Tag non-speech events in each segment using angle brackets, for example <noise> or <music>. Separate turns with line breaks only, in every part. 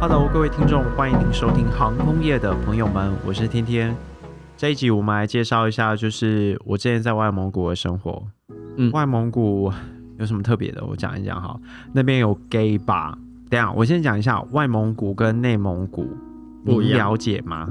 Hello，各位听众，欢迎您收听航空业的朋友们，我是天天。这一集我们来介绍一下，就是我之前在外蒙古的生活。
嗯
外蒙古有什么特别的？我讲一讲哈。那边有 gay 吧。等一下，我先讲一下外蒙古跟内蒙古，
不一
你
样
了解吗？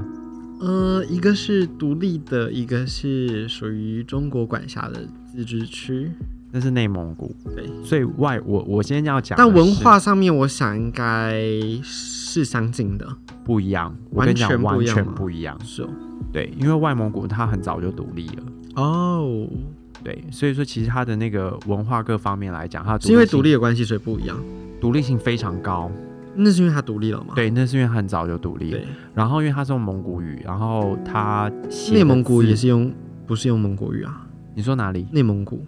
呃，一个是独立的，一个是属于中国管辖的自治区。
那是内蒙古。
对，
所以外我我今天要讲的
但
是，
文化上面，我想应该是相近的，
不一样。我跟你讲，完
完全不一样
全不一样。
吗是哦。
对，因为外蒙古它很早就独立了。
哦，
对，所以说其实它的那个文化各方面来讲，它的
是因为
性
独立的关系，所以不一样。
独立性非常高。
那是因为它独立了吗？
对，那是因为它很早就独立。
啊对，
然后因为它是用蒙古语，然后它写的
内蒙古
字
也。是用，不是用蒙古语啊？
你说哪里？
内蒙古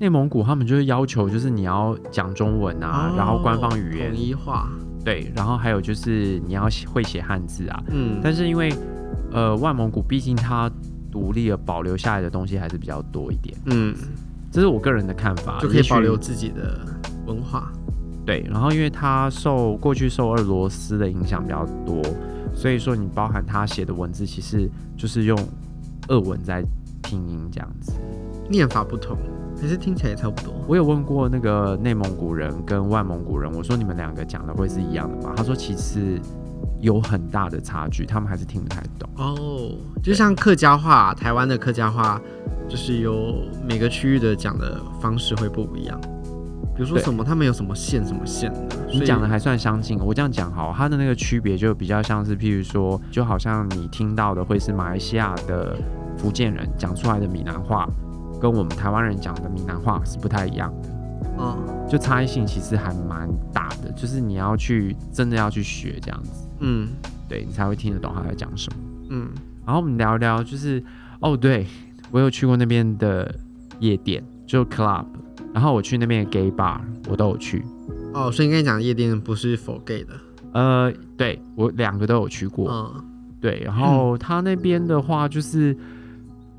内蒙古他们就是要求就是你要讲中文啊，
哦
然后官方语言
统一化。
对，然后还有就是你要写会写汉字啊。
嗯，
但是因为呃外蒙古毕竟它独立了，保留下来的东西还是比较多一点，
嗯，
这是我个人的看法，
就可
啊
以
也许
保留自己的文化。
对，然后因为它受过去受俄罗斯的影响比较多，所以说你包含他写的文字，其实就是用俄文在拼音这样子。
念法不同，还是听起来也差不多。
我有问过那个内蒙古人跟外蒙古人，我说你们两个讲的会是一样的吗？他说其实有很大的差距，他们还是听不太懂。
哦，就像客家话，台湾的客家话就是有每个区域的讲的方式会不一样。比如说
对
什么，他们有什么县什么县的，所
你
以
讲的还算相近，哦我这样讲好，它的那个区别就比较像是，譬如说，就好像你听到的会是马来西亚的福建人讲出来的闽南话，跟我们台湾人讲的闽南话是不太一样的，
嗯
就差异性其实还蛮大的，就是你要去真的要去学这样子，
嗯
对你才会听得懂他在讲什么。
嗯，
然后我们聊聊，就是哦，对我有去过那边的夜店，就 club，然后我去那边的 gay bar，我都有去。
哦，所以你刚才讲的夜店不是 for gay 的，
呃，对我两个都有去过，
嗯
对，然后他那边的话就是，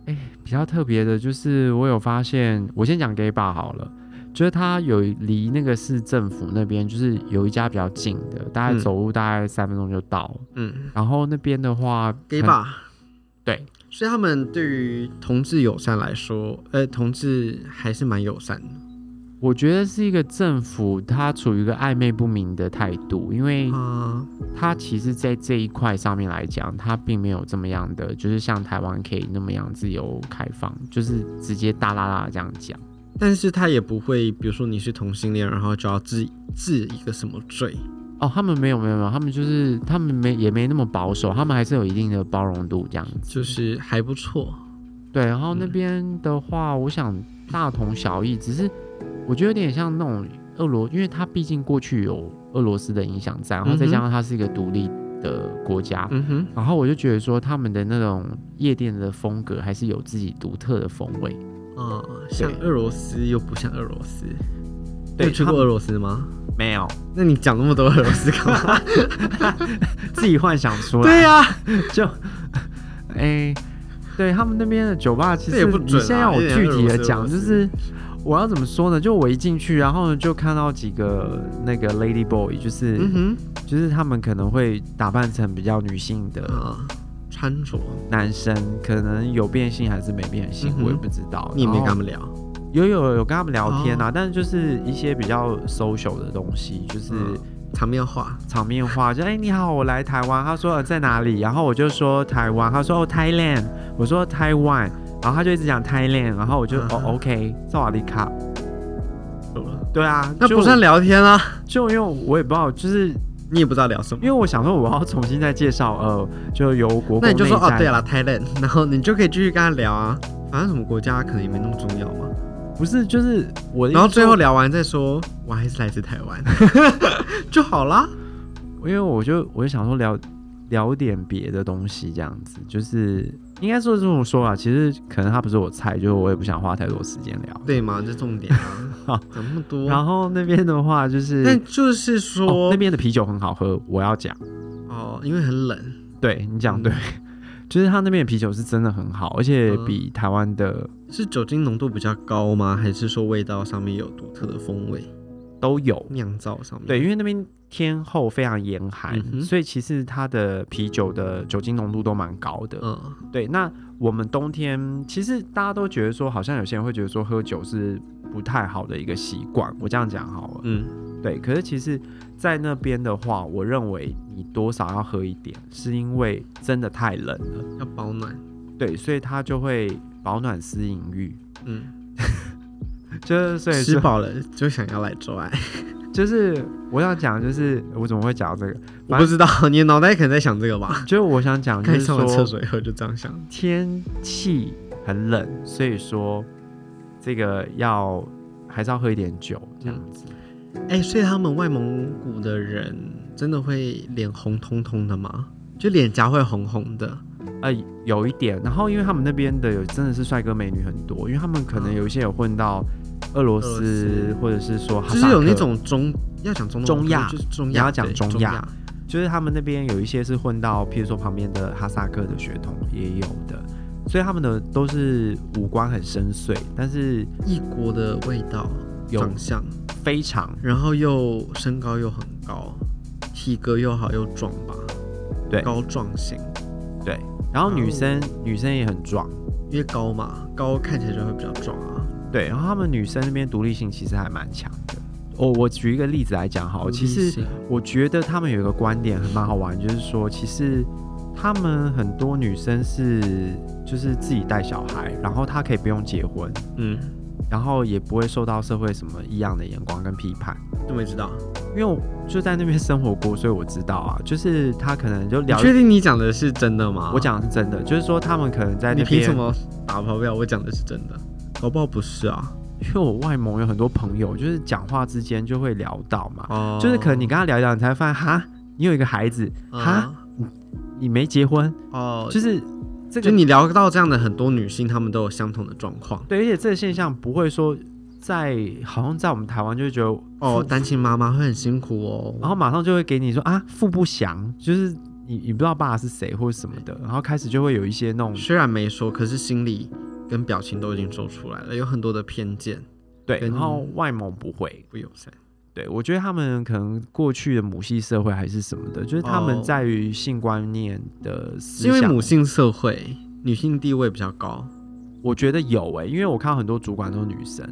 哎、比较特别的就是我有发现，我先讲 gay bar 好了，就是它有离那个市政府那边，就是有一家比较近的，大概
嗯
走路大概三分钟就到了。
嗯
然后那边的话
，gay
很
bar，
对，
所以他们对于同志友善来说，呃，同志还是蛮友善的。
我觉得是一个政府，它处于一个暧昧不明的态度，因为
啊、
它其实在这一块上面来讲，它并没有这么样的，就是像台湾可以那么样自由开放，就是直接大啦啦这样讲。
但是他也不会，比如说你是同性恋，然后就要治治一个什么罪，
哦，他们没有没有没有，他们就是他们没也没那么保守，他们还是有一定的包容度这样子。
就是还不错。
对，然后那
嗯
边的话，我想大同小异，只是我觉得有点像那种俄罗，因为它毕竟过去有俄罗斯的影响在，然后再加
嗯哼
上它是一个独立的国家，
嗯哼。
然后我就觉得说他们的那种夜店的风格还是有自己独特的风味。
啊，像俄罗斯又不像俄罗斯。你
对
有去
他
过
们
俄罗斯吗？
没有
那你讲那么多俄罗斯干
<laughs>
嘛？
自己幻想出 <laughs>
对呀、 <laughs>
就，哎、对他们那边的酒吧，其
这
实
也不
你
准
现在
啊
要我
有点
具
俄
体
罗
的
斯俄
讲，
罗
就
斯
是我要怎么说呢？就我一进去，然后呢就看到几个那个 lady boy，就是、
嗯
就是他们可能会打扮成比较女性
哼，
的
啊，穿着
男生，可能有变性还是没变性，我也
嗯哼
不知道。
你也没
然
跟
后
他们聊，哦
有有有跟他们聊天啊，但是就是一些比较 social 的东西，就是。
嗯场面话，
场面话，就哎、你好，我来台湾。他说、呃、在哪里？然后我就说台湾。他说哦 Thailand，我说台湾。然后他就一直讲 Thailand，然后我就、
嗯
哦 OK，萨瓦迪卡。对啊，
那
就
不算聊天啊，
就因为我也不知道，就是
你也不知道聊什
因
么。
为我想说我要重新再介绍，呃，就由国共
那
内
你就说哦，
战
对了，Thailand，然后你就可以继续跟他聊啊，反正什么国家可能也没那么重要嘛。
不是就是我的意思说，
然后最后聊完再说，我还是来自台
<laughs>
湾就好啦。
因为我就我就想说聊聊点别的东西，这样子就是应该说这么说啊，其实可能他不是我菜，就我也不想花太多时间聊。
对嘛，这重点
<laughs>
啊，讲那么多。
然后那边的话就是，
但就是
哦
说、
那边的啤酒很好喝，我要讲，
哦，因为很冷。
对你讲
嗯嗯
对， <laughs> 就是他那边的啤酒是真的很好，而且比台湾的，
是酒精浓度比较高吗？还是说味道上面有独特的风味？
都有。
酿造上面。
对，因为那边天候非常严寒，
嗯哼
所以其实它的啤酒的酒精浓度都蛮高的。
嗯，
对，那我们冬天其实大家都觉得说，好像有些人会觉得说喝酒是不太好的一个习惯。我这样讲好了，
嗯
对。可是其实，在那边的话，我认为你多少要喝一点，是因为真的太冷了，
嗯，要保暖。
对，所以它就会保暖思淫欲，
嗯，
就是所以
吃
说，
饱了就想要来做爱。
<laughs> 就是我想讲，就是我怎么会讲到这个？
我不知道，你的脑袋可能在想这个吧？
就是我想讲，就
看你
是
上完厕
说
所以后就这样想。
<laughs> 天气很冷，所以说这个要还是要喝一点酒，这样子。
哎、所以他们外蒙古的人真的会脸红彤彤的吗？就脸颊会红红的。
呃，有一点。然后因为他们那边的有真的是帅哥美女很多，因为他们可能有一些有混到俄罗
嗯俄罗
斯
斯，
或者是说哈
就
萨
是有那
克，
种中要讲中东
中亚
就是中
你
亚，
要讲
对
中
中
亚就是他们那边有一些是混到，譬如说旁边的哈萨克的血统也有的，所以他们的都是五官很深邃，但是
异国的味道，
有
长相，
非常
然后又身高又很高，体格又好又壮吧，
对
高壮型，
对。然后女生、女生也很壮，
因为高嘛，高看起来就会比较壮啊。
对。然后他们女生那边独立性其实还蛮强的。哦我我举一个例子来讲好了，其实
独立型
我觉得他们有一个观点很蛮好玩，就是说，其实他们很多女生是就是自己带小孩，然后她可以不用结婚，
嗯，
然后也不会受到社会什么异样的眼光跟批判。
怎么知道？
因为我就在那边生活过，所以我知道啊， <laughs> 就是她可能就
你
聊，
确定你讲的是真的吗？
我，讲的是真的，就是说他们可能在
你
那
凭什
边，
么打包票？我讲的是真的，搞不好不是啊。
因为我外蒙有很多朋友，就是讲话之间就会聊到嘛，
哦
就是可能你跟他聊一聊，你才会发现哈，你有一个孩子，哈，
啊
你没结婚，
哦，
就
就
是这个
就你聊到这样的很多女性，她们都有相同的状况。
对，而且这个现象不会说在好像在我们台湾就会觉得
哦，
腹，
单亲妈妈会很辛苦哦。
然后马上就会给你说啊腹不详，就是你你不知道爸爸是谁或者什么的，然后开始就会有一些那种
虽然没说，可是心里跟表情都已经做出来了，有很多的偏见
对，
跟
然后外蒙不会，
不友善。
对我觉得他们可能过去的母系社会还是什么的，就是他们
哦
在于性观念的思
是因为
想，
母性社会，女性地位比较高，
我觉得有欸诶、因为我看到很多主管都是女生。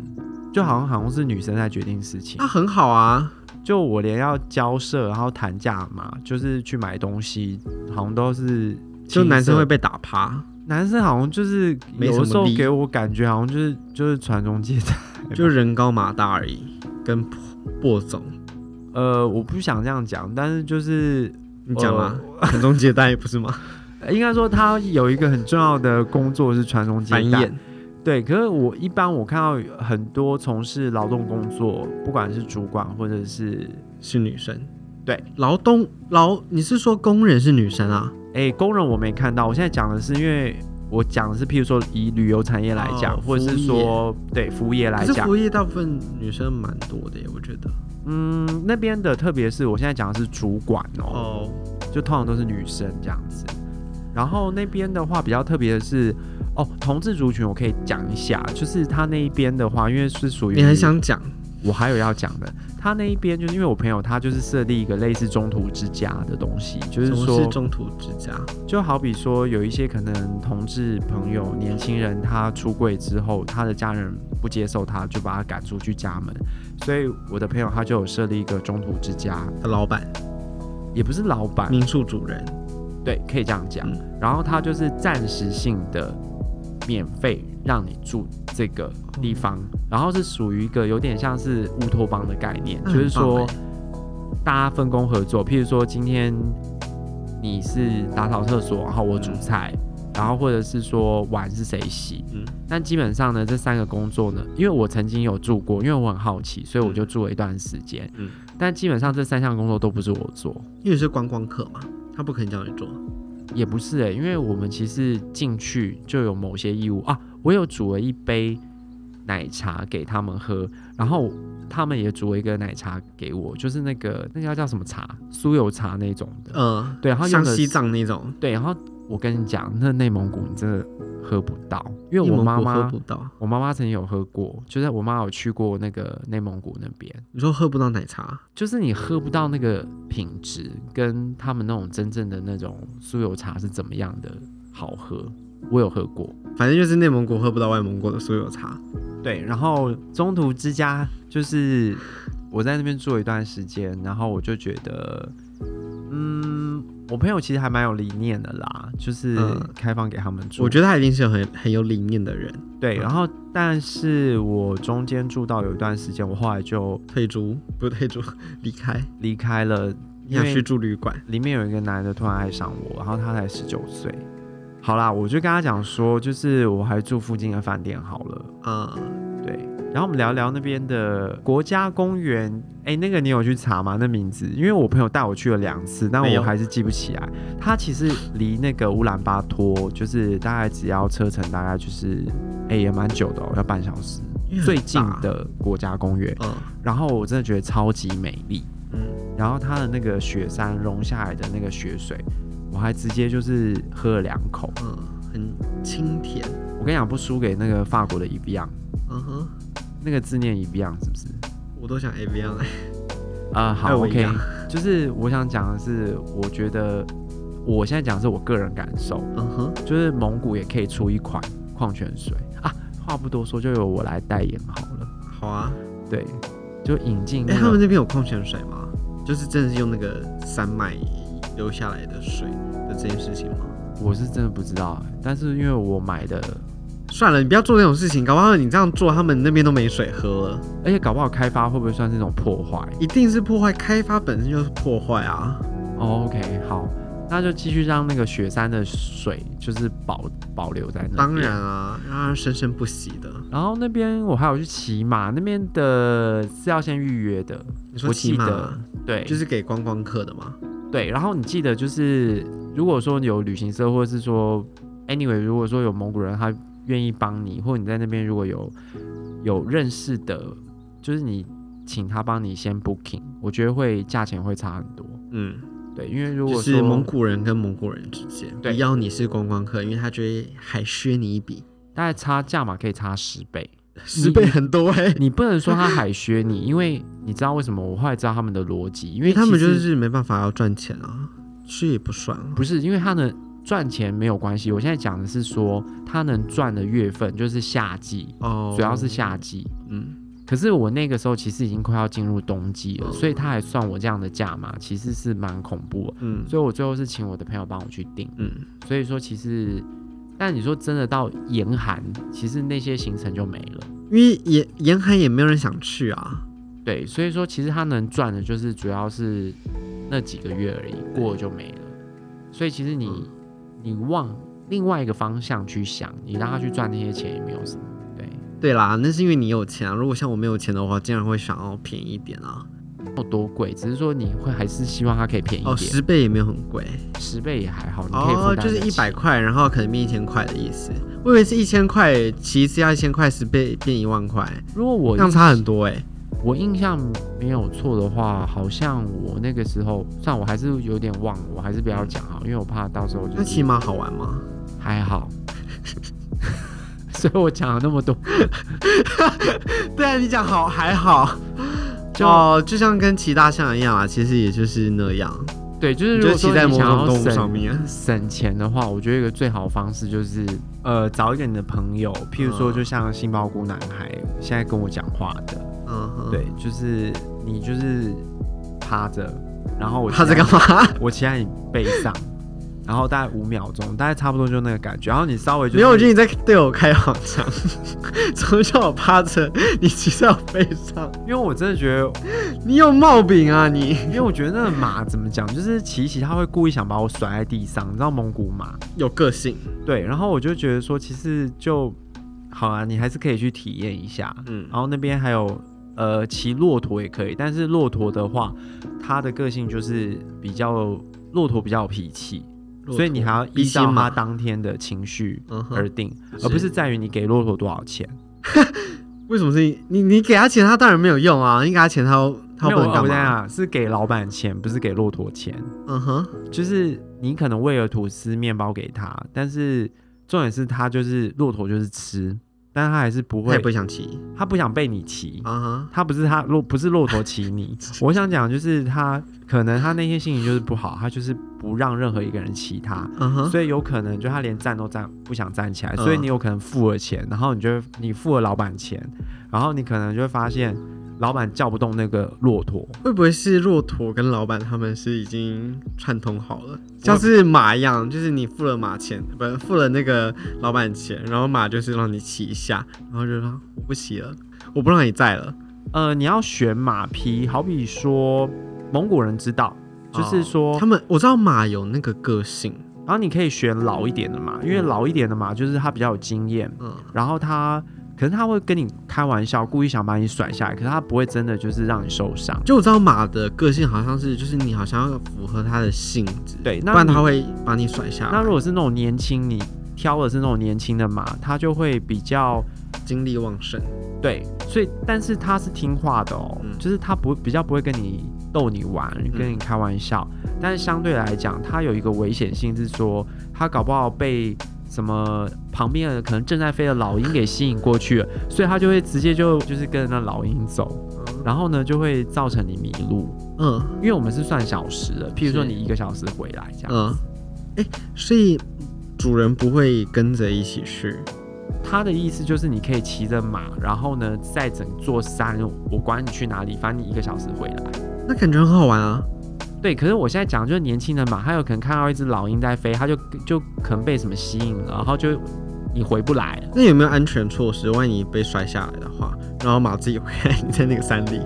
就好像好像是女生在决定事情
那、，很好啊。
就我连要交涉，然后谈价嘛，就是去买东西，好像都是
就男生
青涩
会被打趴，
男生好像就是
没什么
有的时候
力
给我感觉好像就是就是传宗接代。 <laughs>
就人高马大而已，跟破破总。
呃，我不想这样讲，但是就是
你讲
哦
啊，传宗接代不
<laughs>
是吗？
呃应该说他有一个很重要的工作是传宗接
繁
代
衍。，
对，可是我一般我看到很多从事劳动工作，不管是主管或者是
是女生。
对，
劳动劳，你是说工人是女生啊？
哎工人，我没看到。我现在讲的是因为。我讲的是，譬如说以旅游产业来讲，
哦
或者是
服务业
说对服务业来
可是
讲
服，务业大部分女生蛮多的耶，我觉得。
嗯，那边的特别是我现在讲的是主管哦
哦，
就通常都是女生这样子。然后那边的话比较特别的是，哦，同志族群我可以讲一下，就是他那一边的话，因为是属于
你很，想讲
我还有要讲的，他那一边就是因为我朋友他就是设立一个类似中途之家的东西，就
什
是
么
说
是中途之家？
就好比说，有一些可能同志朋友、年轻人，他出柜之后，他的家人不接受他，就把他赶出去家门。所以我的朋友他就有设立一个中途之家，
的老板、
也不是老板，
民宿主人。
对，可以这样讲
嗯。
然后他就是暂时性的免费让你住这个地方，然后是属于一个有点像是乌托邦的概念，
那
就
很
是
棒
说
欸
大家分工合作，譬如说今天你是打扫厕所，然后我煮菜，然后或者是说碗是谁洗。
嗯
但基本上呢，这三个工作呢，因为我曾经有住过，因为我很好奇，所以我就住了一段时间。
嗯
但基本上这三项工作都不是我做，
因为是观光客嘛，他不可能叫你做。
也不是诶、因为我们其实进去就有某些义务啊。我有煮了一杯奶茶给他们喝，然后他们也煮了一个奶茶给我，就是那个那家叫什么茶，酥油茶那种的。
嗯，
对，然后用
像
的
西藏那种，
对，然后我跟你讲，那内蒙古你真的喝不到，因为
内
我
蒙
妈
古喝
妈
不到，
我妈妈曾经有喝过，就是我妈有去过那个内蒙古那边，
你说喝不到奶茶，
就是你喝不到那个品质，跟他们那种真正的那种酥油茶是怎么样的好喝。我有喝过，
反正就是内蒙古喝不到外蒙古的酥油茶。
对，然后中途之家就是我在那边住了一段时间，然后我就觉得，嗯，我朋友其实还蛮有理念的啦，就是
嗯
开放给他们住。
我觉得他一定是有很很有理念的人，
对，然后但是我中间住到有一段时间，我后来就
退租不是退租，离开，
离开了，因
你想去
为
住旅馆，
里面有一个男的突然爱上我，然后他才十九岁。好啦，我就跟他讲说，就是我还住附近的饭店好了。
啊、
对，然后我们聊聊那边的国家公园。哎，那个你有去查吗？那名字？因为我朋友带我去了两次，但
没有
我还是记不起来。它其实离那个乌兰巴托，就是大概只要车程大概就是，哎，也蛮久的哦，要半小时。
因为很
最近
大，
的国家公园，
嗯
然后我真的觉得超级美丽。
嗯，
然后它的那个雪山融下来的那个雪水，我还直接就是喝了两口。
嗯，很清甜，
我跟你讲，不输给那个法国的 e v i a n
嗯哼，
那个字念 e v i a n 是不是？
我都想 A V 样
啊、
还
好
有我一
，OK，
样 <laughs>
就是我想讲的是，我觉得我现在讲的是我个人感受，
嗯哼，
就是蒙古也可以出一款矿泉水啊。话不多说，就由我来代言好了。
好啊，
对，就引进
哎、
那
他们
个
那边有矿泉水吗？就是真的是用那个山脉流下来的水的这件事情吗？
我是真的不知道、欸但是因为我买的，
算了，你不要做那种事情，搞不好你这样做，他们那边都没水喝了，
而且搞不好开发会不会算是一种破坏、
一定是破坏。开发本身就是破坏啊，
哦 o k 好，那就继续让那个雪山的水就是保保留在那。
当然，啊，让它生生不息的。
然后那边我还有去骑马，那边的是要先预约的，
你说
我
骑
记
马
得哎对，
就是给观光客的嘛？
对，然后你记得就是，如果说有旅行社，或者是说，anyway，如果说有蒙古人他愿意帮你，或者你在那边如果有有认识的，就是你请他帮你先 booking，我觉得会价钱会差很多。
嗯，
对，因为如
就
果
是
说
蒙古人跟蒙古人之间，不
对
要你是观光客，因为他觉得还削你一笔，
大概差价码可以差十倍，
十倍很多哎、
你不能说他海削你，因为你知道为什么？我后来知道他们的逻辑，因
因为
为
他
其
们就
实
是没办法要赚钱啊，去也不算啊。
不是，因为他能赚钱没有关系，我现在讲的是说他能赚的月份就是夏季，
哦，
主要是夏季。
嗯，
可是我那个时候其实已经快要进入冬季了，
嗯
所以他还算我这样的价码，其实是蛮恐怖的。
嗯
所以我最后是请我的朋友帮我去订。
嗯，
所以说其实，但你说真的到严寒，其实那些行程就没了。
因为严严寒也没有人想去啊。
对，所以说其实他能赚的就是主要是那几个月而已，过了就没了。所以其实你、
嗯
你往另外一个方向去想，你让他去赚那些钱也没有什么。对，
对啦，那是因为你有钱啊。如果像我没有钱的话，竟然会想要便宜一点啊。
没有多贵，只是说你会还是希望它可以便宜一点，
哦，十倍也没有很贵
十倍也还好，你可以
哦
负，担
就是
得
一
起
百块，然后可能变一千块的意思。我以为是一千块，骑一次要一千块，十倍变一万块，
如果我
那样
印
差很多哎、
我印象没有错的话，好像我那个时候，算我还是有点忘了，我还是不
嗯
要讲好，因为我怕到时候就
那骑
是
马好玩吗？
还好。 <laughs> 所以我讲了那么多，
对啊，你讲好还好。
就
哦，就像跟骑大象一样啊，其实也就是那样，
对，就是
你
如
就
果
骑
说
在
你
某
想
种
要
动物上
省
面。
啊
省钱的话，我觉得一个最好的方式就是，
呃，找一个你的朋友，譬如说，
嗯
就像杏鲍菇男孩现在跟我讲话的，
嗯哼，
对，就是你就是趴着，然后我
他在
骑在
干嘛？
我骑在你背上， <laughs> 然后大概五秒钟，大概差不多就那个感觉。然后你稍微就
没有，我
是
觉得你在对我开黄腔， <laughs> 从小我趴着，你骑在我背上，
因为我真的觉得，
你有毛病啊你！
因为我觉得那个马怎么讲，就是骑一骑，它会故意想把我甩在地上，你知道蒙古马？
有个性，
对，然后我就觉得说，其实就好啊，你还是可以去体验一下。
嗯
然后那边还有呃骑骆驼也可以，但是骆驼的话，它的个性就是比较骆驼比较有脾气，所以你还要
比
依
起
照
马
它当天的情绪
嗯哼
而定，
是
而不是在于你给骆驼多少钱。
为什么是你？你你给他钱，他当然没有用啊！你给他钱他又，他
没
又
有
不能
我
干
我在
嘛？
啊，是给老板钱，不是给骆驼钱。
嗯哼，
就是你可能喂了吐司面包给他，但是
重点是他就是骆驼就是吃，但是他还是不
他
会，
也不想骑
他不想被你骑，
啊哈，
他不是他骆不是骆驼骑
<laughs>
你。我想讲就是他可能他那天心情就是不好，他就是不让任何一个人骑他，
嗯哼，
所以有可能就他连站都站不想站起来，
嗯
所以你有可能付了钱，然后你就你付了老板钱，然后你可能就会发现老板叫不动那个骆驼，
会不会是骆驼跟老板他们是已经串通好了，像是马一样，就是你付了马钱，不是付了那个老板钱，然后马就是让你骑一下，然后就说我不骑了，我不让你载了，
呃，你要选马匹，好比说蒙古人知道，就是说，
哦他们我知道马有那个个性，
然后你可以选老一点的马，因为老一点的马就是它比较有经验，
嗯
然后它可能它会跟你开玩笑，故意想把你甩下来，可是它不会真的就是让你受伤。
就我知道马的个性好像是，就是你好像要符合它的性质，
对，
不
那
然
你
它会把你甩下
那
来，
如果是那种年轻，你挑的是那种年轻的马，它就会比较
精力旺盛。
对，所以但是它是听话的哦，
嗯
就是它不比较不会跟你逗你玩，跟你开玩笑。但是相对来讲，它有一个危险性是说，它搞不好被什么旁边的可能正在飞的老鹰给吸引过去了，所以它就会直接就就是跟着那老鹰走，然后呢就会造成你迷路。
嗯
因为我们是算小时的，譬如说
是
你一个小时回来这样，
嗯，哎、所以主人不会跟着一起去，
他的意思就是你可以骑着马，然后呢在整座山，我管你去哪里，反正你一个小时回来。
那感觉很好玩啊。
对，可是我现在讲的就是年轻人嘛，他有可能看到一只老鹰在飞，他就就可能被什么吸引了，然后就你回不来了。
那有没有安全措施？万一被摔下来的话，然后马自己回来，你在那个山里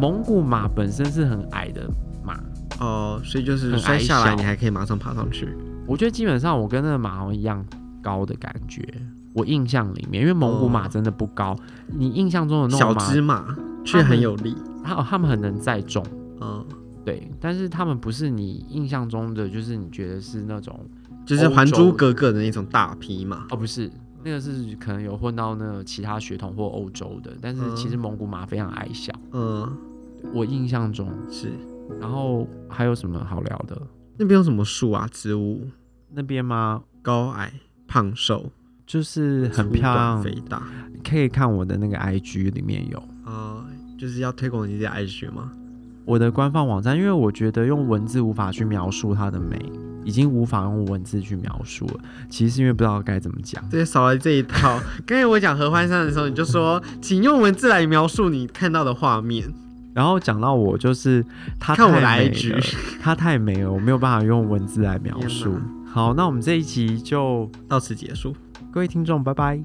蒙古马本身是很矮的马，
哦、所以就是
很
摔下
矮
来，
小
你还可以马上爬上去。
我觉得基本上我跟那个马好像一样高的感觉。我印象里面，因为蒙古马
哦
真的不高，你印象中的那
小
种马，
只马却很有力，
他他们很能载重，
嗯，
对，但是他们不是你印象中的，就是你觉得是那种
就是《还珠格格》的那种大匹马。
哦，不是，那个是可能有混到那个其他血统或欧洲的，但是其实蒙古马非常矮小，
嗯，
我印象中。
是
然后还有什么好聊的？
那边有什么树啊？植物
那边吗？
高矮胖瘦，
就是很
粗
漂
短
亮，
肥大。
可以看我的那个 IG 里面有
哦、就是要推广你的 IG 吗？
我的官方网站，因为我觉得用文字无法去描述它的美，已经无法用文字去描述了。其实是因为不知道该怎么讲。
对，少了这一套。刚才我讲合欢山的时候，你就说，请用文字来描述你看到的画面。
然后讲到我就是它
看我的
太美
IG
了，它太美了，我没有办法用文字来描
天
述
哪。
好，那我们这一集就
到此结束。
各位听众，拜拜。